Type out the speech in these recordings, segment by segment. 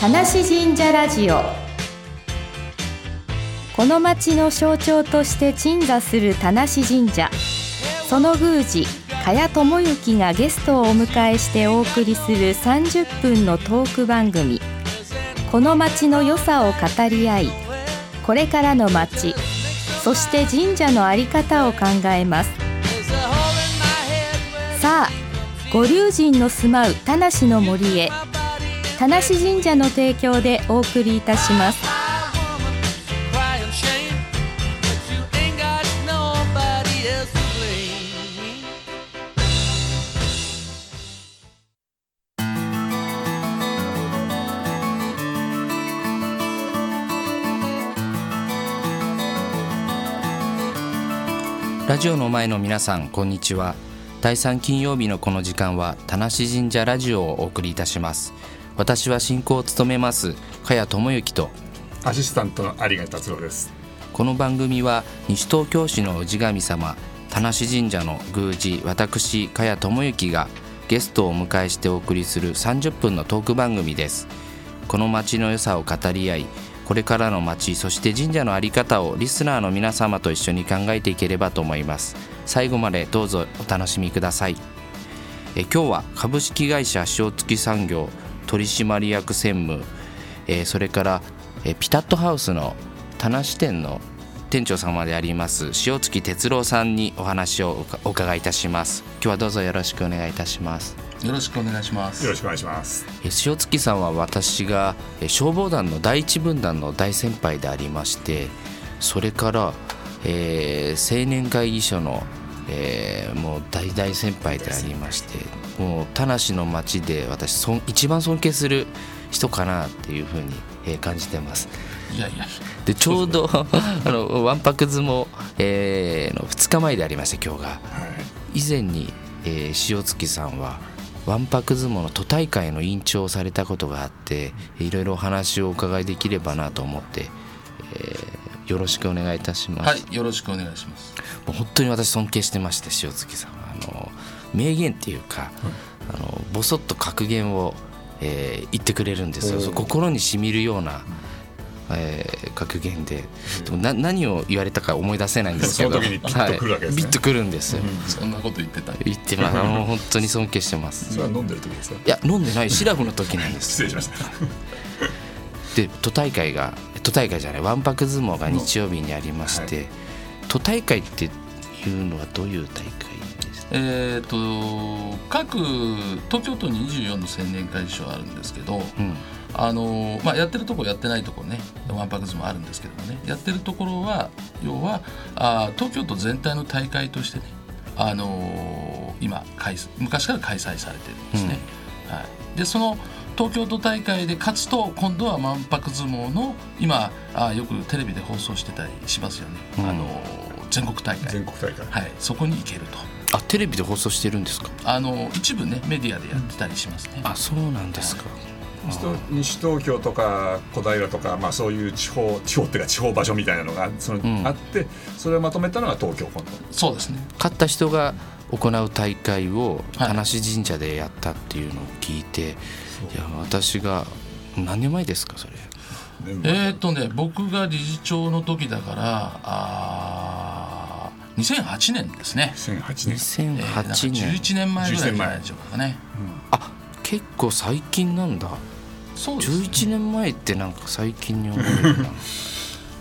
話神社ラジオこの町の象徴として鎮座する田無神社その宮司加谷智之がゲストをお迎えしてお送りする30分のトーク番組この町の良さを語り合いこれからの町そして神社の在り方を考えますさあご龍神の住まう田無の森へ田無神社の提供でお送りいたしますラジオの前の皆さんこんにちは第3金曜日のこの時間は田無神社ラジオをお送りいたします私は進行を務めます加谷智之とアシスタントの有賀達郎です。この番組は西東京市の氏神様田無神社の宮司私加谷智之がゲストをお迎えしてお送りする30分のトーク番組ですこの町の良さを語り合いこれからの町そして神社の在り方をリスナーの皆様と一緒に考えていければと思います最後までどうぞお楽しみくださいえ今日は株式会社塩月産業取締役専務えーそれからえーピタットハウスの田無店の店長様であります塩月哲郎さんにお話をお伺いいたします今日はどうぞよろしくお願いいたしますよろしくお願いしますよろしくお願いします。えー塩月さんは私がえー消防団の第一分団の大先輩でありましてそれから、えー青年会議所の、えーもう大大先輩でありましてもう田無の町で私尊一番尊敬する人かなっていうふうに、えー感じてますいやいやでちょうど あのわんぱく相撲、えーの2日前でありまして今日がはい。以前に、えー塩月さんはわんぱく相撲の都大会の委員長をされたことがあっていろいろお話をお伺いできればなと思って、えーよろしくお願いいたします、はいよろしくお願いしますもう本当に私尊敬してまして塩月さんはあの名言っていうか、あのボソッと格言を、えー言ってくれるんですよそう心にしみるような、えー格言ででもな何を言われたか思い出せないんですけどその時にピッとくるわけはですねい、ビッとくるんですよ、そんなこと言ってた言ってますあの本当に尊敬してますそれは飲んでる時ですか。いや飲んでないシラフの時なんです 失礼しました。で都大会が都大会じゃないわんぱく相撲が日曜日にありまして、都大会っていうのはどういう大会ですかえっ、と各東京都に24の青年会議所あるんですけど、うんあのまあ、やってるとこやってないとこねワンパクズもあるんですけどもねやってるところは要はあー東京都全体の大会としてね、あのー今開催昔から開催されてるんですね。はい、でその東京都大会で勝つと今度は万博相撲の今あーよくテレビで放送してたりしますよね、うんあのー全国大会全国大会。はい、そこに行けるとあテレビで放送してるんですかあのー一部ねメディアでやってたりしますね。あそうなんですか西東西東京とか小平とか、まあ、そういう地方地方っていうか地方場所みたいなのがその、んあってそれをまとめたのが東京今度そうですね勝った人が行う大会をはい田無神社でやったっていうのを聞いて、い、や私が何年前ですかそれねえーっとね僕が理事長の時だからあー2008年ですね、 2008年えーなんか2008年、 11年前ぐらいじゃないでしょうかねあ結構最近なんだそうですね11年前ってなんか最近に思えるな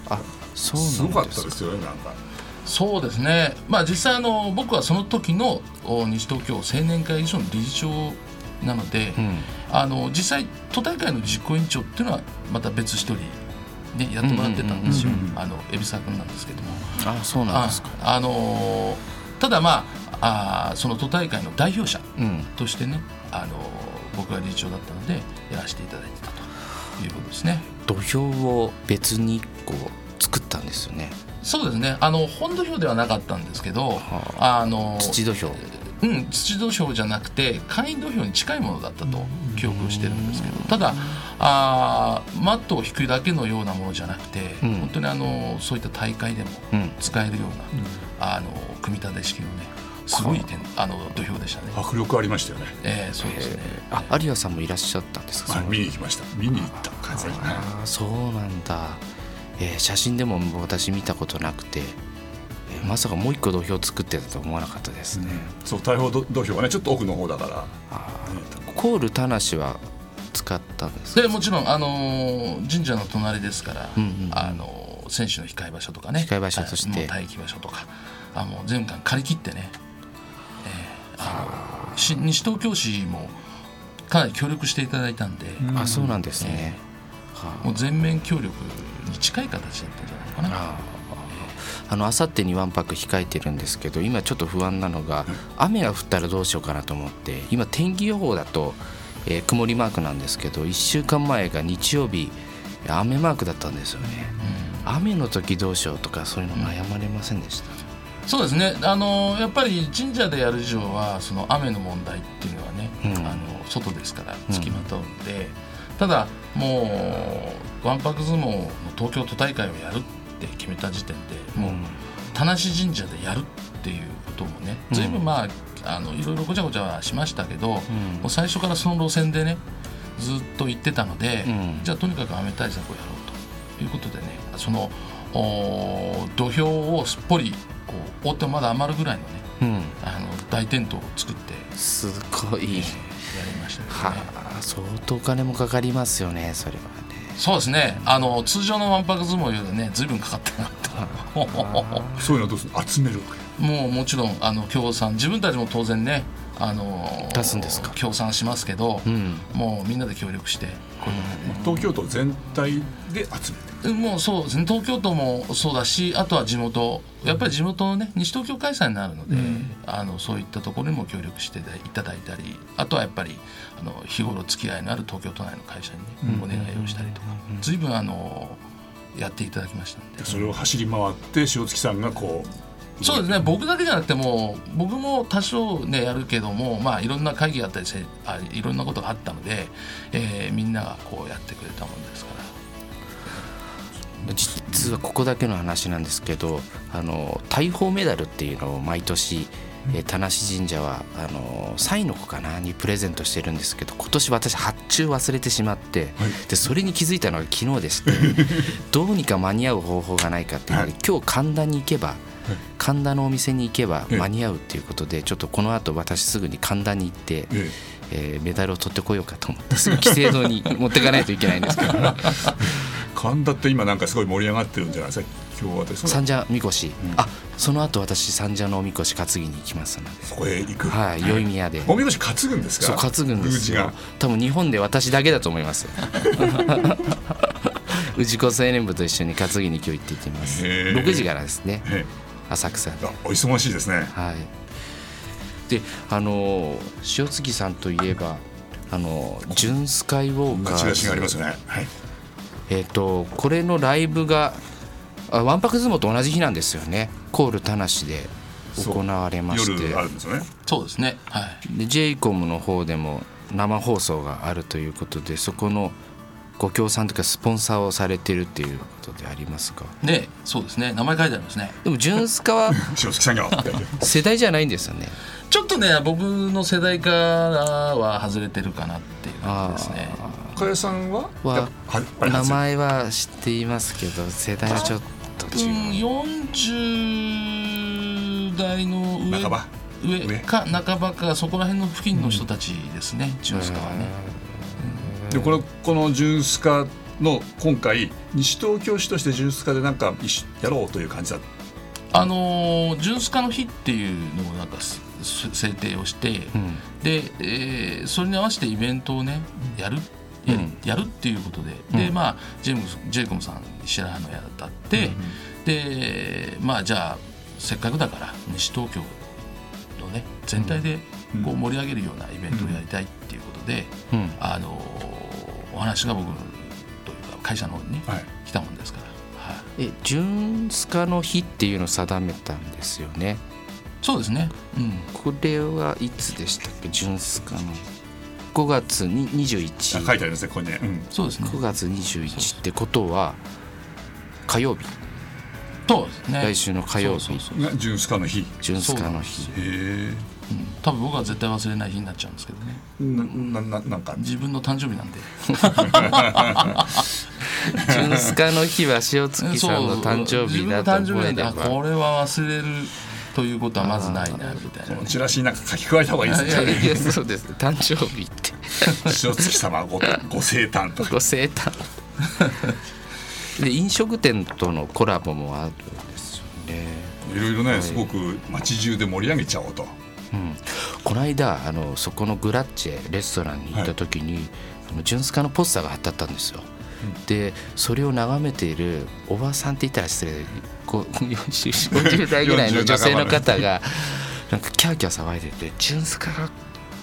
あそうなんですすごかったですよねなんかそうですねまあ実際あの僕はその時のお西東京青年会議所の理事長なので、うんあの実際都大会の実行委員長っていうのはまた別一人ね、やってもらってたんですようんうんうんうんあの海老沢君なんですけども、あそうなんですかああのーただまああーその都大会の代表者うんとしてね、あの僕が理事長だったのでやらせていただいてたということですね。土俵を別に一個作ったんですよねそうですねあの本土俵ではなかったんですけど、はあの土土俵うん、土土俵じゃなくて簡易土俵に近いものだったと記憶してるんですけどただあーマットを引くだけのようなものじゃなくて、うん本当にあのそういった大会でもうん使えるような、あの組み立て式のねすごい点あの土俵でしたね。迫力ありましたよね、えー、そうですね。あ有賀さんもいらっしゃったんですか、はいその見に行きました見に行った感じですねあーそうなんだ、えー写真でも私見たことなくて、えーまさかもう一個土俵作ってたと思わなかったですね、そう大砲土土俵がねちょっと奥の方だからあ見に行ーっコールたなしは使ったんですかでもちろん、あのー神社の隣ですから、うんうんあのー選手の控え場所とかね控え場所としてはいもう待機場所とかあもう全館借り切ってね、えーあのし西東京市もかなり協力していただいたんで、あそうなんですね、はあもう全面協力に近い形だったんじゃないかな。あーあの明後日にワンパク控えてるんですけど今ちょっと不安なのが雨が降ったらどうしようかなと思って今天気予報だと、えー曇りマークなんですけど1週間前が日曜日雨マークだったんですよね、雨の時どうしようとかそういうの悩まれませんでした、そうですね、あのやっぱり神社でやる以上はその雨の問題っていうのはね、うんあの外ですから付きまとうので、ただもうわんぱく相撲の東京都大会をやるって決めた時点でもう、うん田無神社でやるっていうこともね随分まあ,、あのいろいろごちゃごちゃはしましたけど、もう最初からその路線でねずっと行ってたので、うんじゃあとにかく雨対策をやろうということでねそのお土俵をすっぽりこう覆ってまだ余るぐらいのねうん、あの大テントを作ってやすごいりましたけどねはあ相当お金もかかりますよねそれはねそうですねあの通常のわんぱく相撲よりね随分かかったなとたそういうのはどうするの集めるもうもちろんあの協賛自分たちも当然ねあの出すんですか協賛しますけど、んもうみんなで協力してこういうのね東京都全体で集めてもうそうですね東京都もそうだしあとは地元やっぱり地元のね西東京開催になるので、あのそういったところにも協力していただいたりあとはやっぱりあの日頃付き合いのある東京都内の会社にね、お願いをしたりとか随分あのやっていただきましたんででそれを走り回って塩月さんがこうそうですね僕だけじゃなくてもう僕も多少ねやるけどもまあいろんな会議があったりせあいろんなことがあったので、えーみんながこうやってくれたもんですから。実はここだけの話なんですけどあの大砲メダルっていうのを毎年、えー田無神社はあの西の子かなにプレゼントしてるんですけど今年私発注忘れてしまって、でそれに気づいたのが昨日で してどうにか間に合う方法がないかっていうので、は今日神田に行けば神田のお店に行けば間に合うっていうことでちょっとこの後私すぐに神田に行って。ええーメダルを取ってこようかと思ってすぐ規制堂に持っていかないといけないんです けどえ神田って今なんかすごい盛り上がってるんじゃないですか今日私そ三社みこし、あその後私三社のおみこし担ぎに行きますので、そこへ行く、はい、宵宮で。おみこし担ぐんですかそう担ぐんです宮よ司多分日本で私だけだと思います 氏子青年部と一緒に担ぎに今日行ってきますへー6時からですねがえ浅草でえあお忙しいですねはいであのー塩月さんといえばあのージュンスカイウォーカ間違いしがありーまズすねはいえっ、とこれのライブがあわんぱく相撲と同じ日なんですよねコール田無で行われまして夜あるんですよねそうですねはいで JCOM の方でも生放送があるということでそこのご協賛というかスポンサーをされてるっていうことでありますがねそうですね名前書いてありますねでも純スカは塩月さん が世代じゃないんです よねちょっとね僕の世代からは外れてるかなっていう感じですね加谷さんはははあれ名前は知っていますけど世代はちょっとう違う、ん40代の上半ば上上か半ばかそこら辺の付近の人たちですね、ジュンスカはねでこのこのジュンスカの今回西東京市としてジュンスカでなんか一緒やろうという感じだあのージュンスカの日っていうのをなんかすす制定をして、うんで、えーそれに合わせてイベントをねやるやりやるっていうことで、でまあジェームスジェイコムさん白羽の矢だって、でまあじゃあせっかくだから西東京のね全体でこう盛り上げるようなイベントをやりたいっていうことで、うんあのーお話が僕のというか会社の方にね、はい来たもんですから、はい、え純スカの日っていうのを定めたんですよねそうですね、うん、これはいつでしたっけ純スカの5月に書い21てありますねここにね、うんそうですね9月21ってことは火曜日そうですね来週の火曜日そうそうそがうジュンスカの日へジュンスカの日え多分僕は絶対忘れない日になっちゃうんですけどねななななんか自分の誕生日なんでジュンスカの日は塩月さんの誕生日だと覚え自分の誕生日なんてであこれは忘れるということはまずないなみたいなねチラシになんか書き加えた方がいいですねいやそうですね誕生日って 塩月様ごご生誕とかご生 誕で飲食店とのコラボもあるんですよね、いろいろねすごく街中で盛り上げちゃおうとうん、この間あのそこのグラッチェレストランに行った時に、あのジュンスカのポスターが貼ってあったんですよ、でそれを眺めているおばさんって言ったら失礼でこう40 50代ぐらいの女性の方が なんかキャーキャー騒いでて「ジュンスカが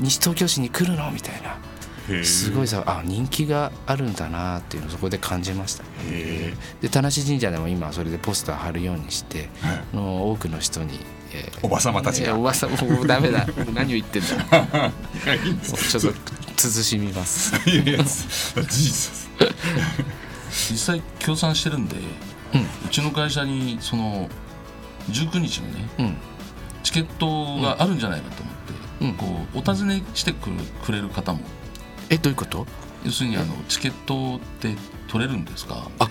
西東京市に来るの?」みたいなへえすごいさあ人気があるんだなっていうのをそこで感じましたへで田無神社でも今それでポスター貼るようにして、はいあの多くの人に、えーおばさまたいちがやおばさんもうダメだ何を言ってんだ いいんですちょっと慎みますい やいや事実です実際協賛してるんで、うんちの会社にその19日のねうんチケットがあるんじゃないかと思って、こうお尋ねしてくるくれる方もえどういうこと要するにあのチケットって取れるんですかあ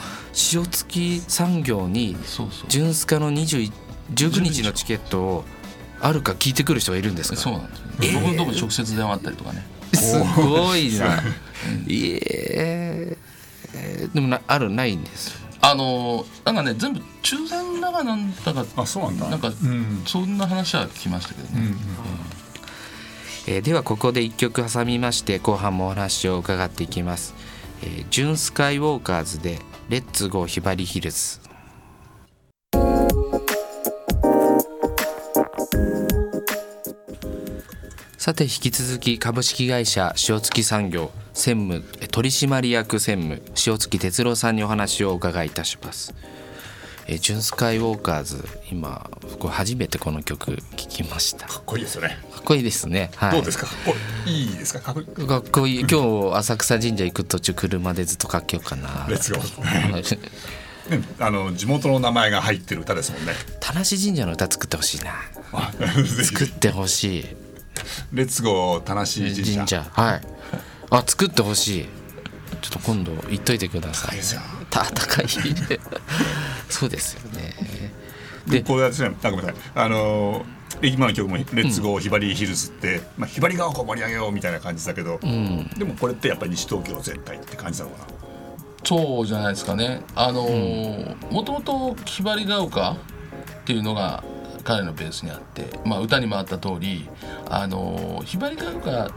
塩月産業にそうそうジュンスカの20 19日のチケットをあるか聞いてくる人がいるんですかそうなんですよ、僕のところに直接電話あったりとかねすごいな いええーでもなあるないんですあのなんかね全部抽選だかなんだかあそうなんだなんか、うんそんな話は聞きましたけどね、えーではここで1曲挟みまして後半もお話を伺っていきます、えージュンスカイウォーカーズで「レッツゴーひばりヒルズ」さて引き続き株式会社塩月産業専務えー取締役専務塩月哲郎さんにお話をお伺いいたしますえージュンスカイウォーカーズ今僕初めてこの曲聞きましたかっこいいですよねかっこいいですね、はい、どうですかかっこいいですかかっこいいかっこいい今日浅草神社行く途中車でずっとかけようかなレッツゴーはいねあの地元の名前が入ってる歌ですもんね田無神社の歌作ってほしいなあ ぜひ作ってほしいレッツゴー田無神神社社はいあ作ってほしいちょっと今度行っといてくださいですよた高いそうですよねでこれはですねあごめんなさいあの今の曲も「レッツゴーひばりヒルズ」って、まあ、ひばりが丘盛り上げようみたいな感じだけど、でもこれってやっぱり西東京全体って感じなのかなそうじゃないですかねあのーもともとひばりが丘っていうのが彼のベースにあって、まあ、歌にもあった通りあのーひばりが丘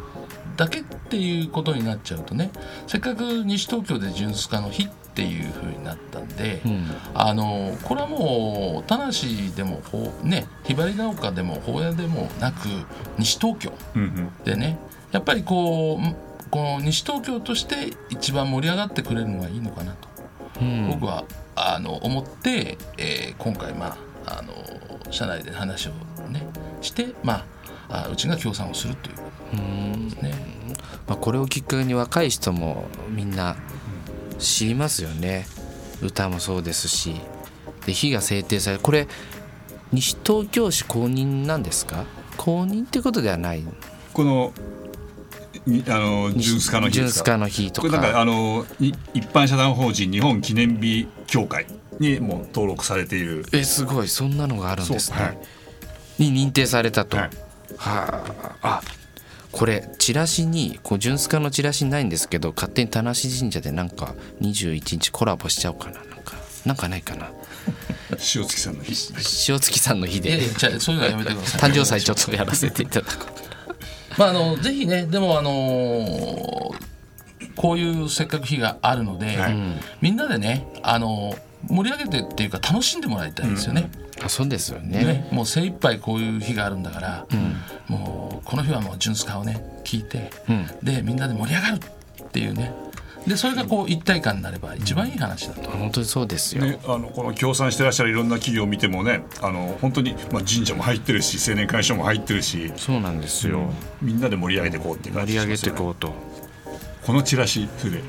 だけっていうことになっちゃうとねせっかく西東京で純スカの日っていう風になったんで、んあのーこれはもう田無でもほうねひばりが丘でも法屋でもなく西東京でねやっぱりこうんこの西東京として一番盛り上がってくれるのがいいのかなと、うん僕はあの思って、えー今回まああの社内で話をねしてまああうちが協賛をするといううんねまあ、これをきっかけに若い人もみんな知りますよね歌もそうですしで日が制定されこれ西東京市公認なんですか公認ってことではないこのにあのジュンスカの日ジュでンすスかカの日とこれなんかかあのい一般社団法人日本記念日協会にもう登録されているえすごいそんなのがあるんですね、そうはいに認定されたと、ははいああこれチラシにこうジュンスカのチラシにないんですけど勝手に田無神社でなんか21日コラボしちゃおうかななんかなんかないかな塩月さんの日塩月さんの日いやでいやじゃあそういうのはやめてください 誕生祭ちょっとやらせていただこう まああのぜひねでもあのこういうせっかく日があるので、はいみんなでねあの盛り上げてっていうか楽しんでもらいたいですよね、あそうですよねね、もう精一杯こういう日があるんだから、もうこの日はもう純スカをね聞いて、んでみんなで盛り上がるっていうねでそれがこう一体感になれば一番いい話だと、本当にそうですよ、ね、あのこの協賛してらっしゃるいろんな企業を見てもねあの本当に、まあ、神社も入ってるし青年会所も入ってるしそうなんですよ、みんなで盛り上げていこうっていう盛感じり上げしますてよねこうとこのチラシそれで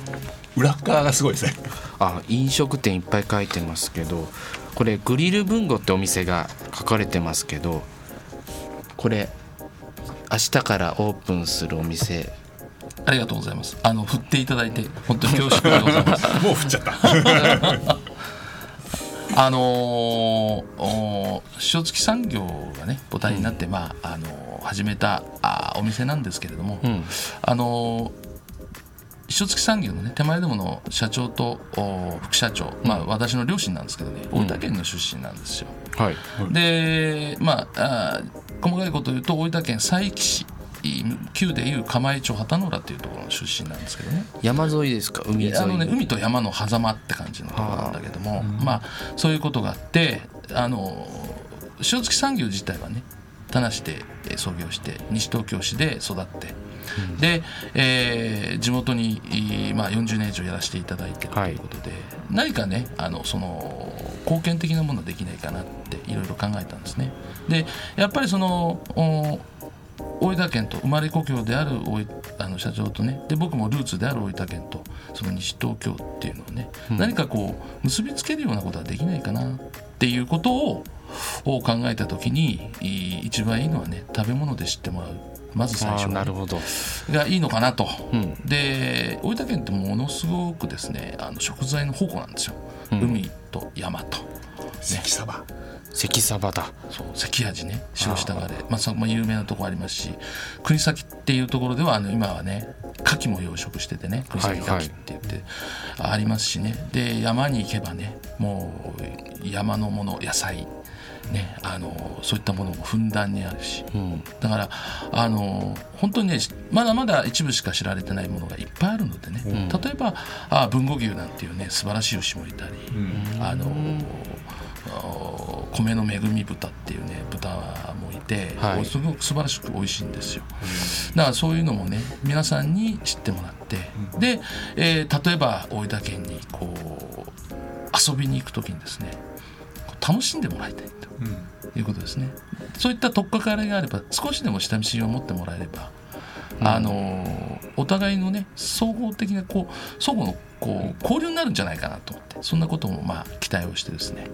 裏側がすごいですねあ飲食店いっぱい書いてますけどこれグリル文吾ってお店が書かれてますけどこれ明日からオープンするお店ありがとうございますあの振っていただいて本当に恐縮でございますもう振っちゃった。あのーお塩月産業がね母体になって、まああのー始めたあーお店なんですけれども、んあのー塩月産業のね手前どもの社長とお副社長、まあ、私の両親なんですけどね大分県の出身なんですよ、はいでまああー細かいこと言うと大分県佐伯市旧でいう釜江町畑野浦っていうところの出身なんですけどね山沿いですか海沿いあのね海と山の狭間って感じのところなんだけどもまあそういうことがあってあの塩月産業自体はね田無でえー創業して西東京市で育って、で、えー地元に、えーまあ、40年以上やらせていただいてるとはいいうことで、何かねあのその貢献的なものはできないかなっていろいろ考えたんですね。でやっぱりそのお大分県と生まれ故郷である大分あの社長とねで僕もルーツである大分県とその西東京っていうのをね、何かこう結びつけるようなことはできないかなっていうことをを考えた時にい一番いいのはね食べ物で知ってもらうまず最あ初ーになるほどがいいのかなと、んで大分県ってものすごくですねあの食材の宝庫なんですよ、海と山と関サバ。関サバだそう関味ね白下がれまあそまあ、有名なとこありますし国崎っていうところではあの今はね牡蠣も養殖しててね国崎牡蠣って言って、ありますしねで山に行けばねもう山のもの野菜ね、あのそういったものもふんだんにあるし、だからあの本当にねまだまだ一部しか知られてないものがいっぱいあるのでね、例えばあ文庫牛なんていうね素晴らしい牛もいたり、あのお米の恵み豚っていうね豚もいて、はいすごく素晴らしく美味しいんですよ、だからそういうのもね皆さんに知ってもらって、で、えー例えば大分県にこう遊びに行く時にですねこう楽しんでもらいたいということですね、そういった取っかかりがあれば少しでも親しみを持ってもらえれば、あのーお互いのね総合的なこう相互のこう交流になるんじゃないかなと思ってそんなこともまあ期待をしてですね、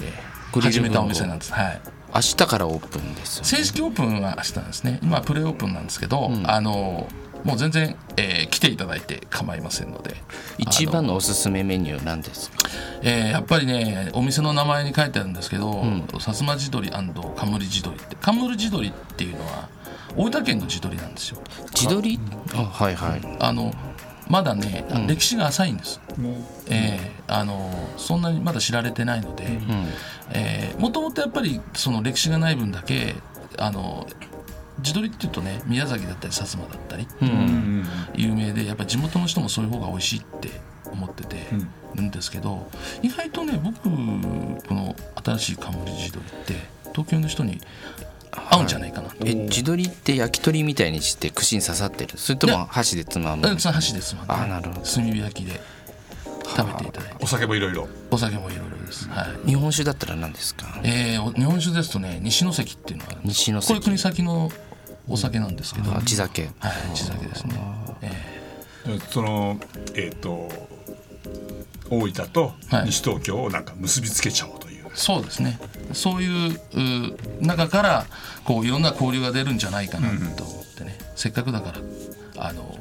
えーグリル始め文たお庫店なんです、はい、明日からオープンですよね正式オープンは明日なんですね今プレオープンなんですけど、あのーもう全然、えー来ていただいて構いませんので一番のおすすめメニューなんですかえーやっぱりねお店の名前に書いてあるんですけど、薩摩地鶏カムリ地鶏ってカムリ地鶏っていうのは大分県の地鶏なんですよ地鶏あはいはいあのまだね、歴史が浅いんです、えーあのそんなにまだ知られてないのでもともとやっぱりその歴史がない分だけあの地鶏っていうとね宮崎だったり薩摩だったり、有名でやっぱ地元の人もそういう方が美味しいって思っててるんですけど、意外とね僕この新しい冠地鶏って東京の人に合うんじゃないかなと。え地鶏って焼き鳥みたいにして串に刺さってるそれとも箸でつまむうんその箸ですもんねあなるほど炭火焼きで食べていただいてお酒もいろいろ。お酒もいろいろです、はい日本酒だったら何ですかえーお日本酒ですとね西関っていうのがあるんです西のこれ関国先のお酒なんですけど、あ地酒はい、地酒ですね、えそのえっ、と大分とはい西東京をなんか結びつけちゃおうという。ーそうですねそういうう中からこういろんな交流が出るんじゃないかなと思ってね、せっかくだからあの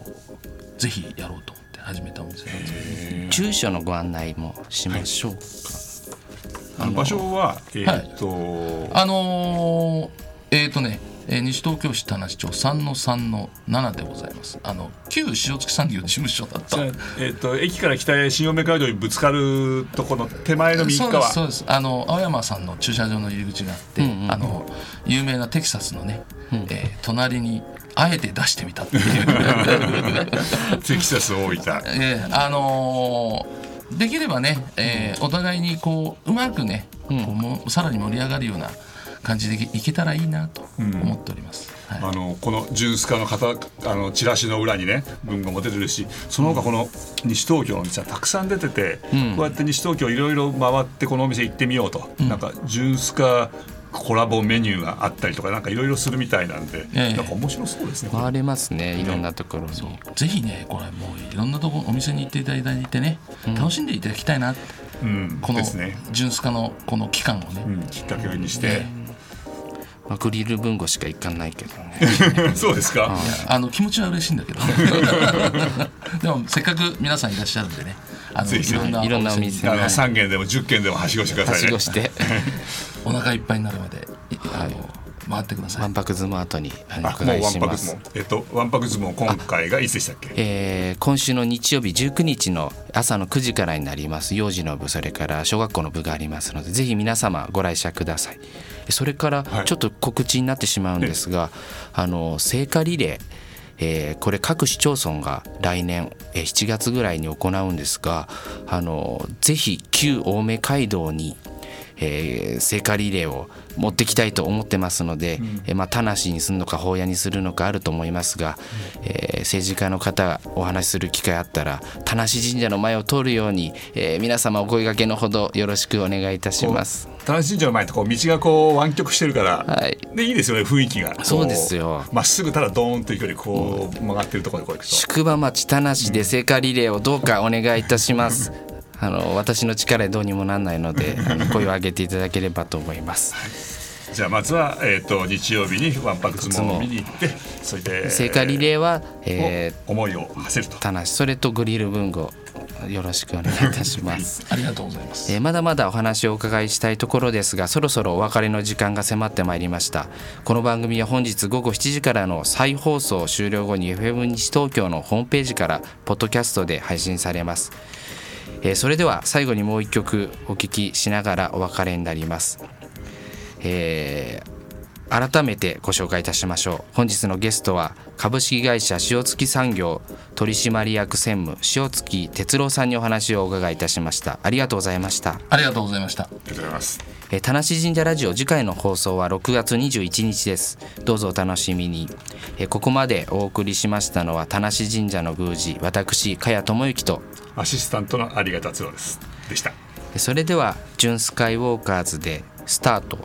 ぜひやろうと思って始めたお店なんですけど、住所のご案内もしましょうか、あの場所はえっ、と、あのーえっ、とね、えー西東京市田無町3の3の7でございますあの旧塩月産業事務所だったえっ、と駅から北へ新青梅街道にぶつかるとこの手前の右そうですそ側。うですあの青山さんの駐車場の入り口があって、あの有名なテキサスのね、えー隣にあえて出してみたっていう、テキサス大分。えーあのーできればね、えーお互いにこううまくね、こうもうさらに盛り上がるような感じでいけたらいいなと思っております、はいあのこのジュース化の方あのチラシの裏にね文がも出てるしその他この西東京のお店はたくさん出てて、こうやって西東京いろいろ回ってこのお店行ってみようと、なんかジュース化コラボメニューがあったりとかなんかいろいろするみたいなんで、ええなんか面白そうですね。回れますねいろんなところに、ぜひねこれもういろんなとこお店に行っていただいてね楽しんでいただきたいなってうんこのですね純粋化のこの期間をね、うん、きっかけにしえて、まあ、グリル文庫しか行かないけどね そうですか、えあの気持ちは嬉しいん だけどでもせっかく皆さんいらっしゃるんでねあのぜひぜひいろんなお店あはのい三軒でも十軒でもはしごしてくだはさいしねごして お腹いっぱいになるまで、いあの回ってくださ万い。博相撲後におあも伺ういわしんぱまくす相撲えっとわんぱく相撲今回がいつでしたっけえー今週の日曜日19日の朝の9時からになります幼児の部それから小学校の部がありますのでぜひ皆様ご来社くださいそれからはいちょっと告知になってしまうんですが、あの聖火リレーえーこれ各市町村が来年えー7月ぐらいに行うんですがあのぜひ旧青梅街道にえー聖火リレーを持ってきたいと思ってますので、えーまあ、田無にするのか法屋にするのかあると思いますが、えー政治家の方がお話しする機会あったら田無神社の前を通るように、えー皆様お声掛けのほどよろしくお願いいたします。田無神社の前ってこう道がこう湾曲してるから、はいでいいですよね雰囲気がそうですよこうまっすぐただドーンという距離こう曲がってるところでこう行くと宿場町田無で聖火リレーをどうかお願いいたします。あの私の力でどうにもなんないのであの声を上げていただければと思います。じゃあまずは、えっと日曜日にわんぱく相撲を見に行ってそれで聖火リレーは、えーを思いを馳せると田無それとグリル文庫よろしくお願いいたします。ありがとうございます。えーまだまだお話をお伺いしたいところですがそろそろお別れの時間が迫ってまいりましたこの番組は本日午後7時からの再放送終了後に FM 西東京のホームページからポッドキャストで配信されます、えーそれでは最後にもう一曲お聴きしながらお別れになりますえー改めてご紹介いたしましょう本日のゲストは株式会社塩月産業取締役専務塩月哲郎さんにお話をお伺いいたしましたありがとうございました、ありがとうございました。ありがとうございますえー田無神社ラジオ次回の放送は6月21日ですどうぞお楽しみに、えーここまでお送りしましたのは田無神社の宮司私加谷智之とアシスタントの有賀達郎ですでしたそれでは「ジュンスカイウォーカーズ」でスタート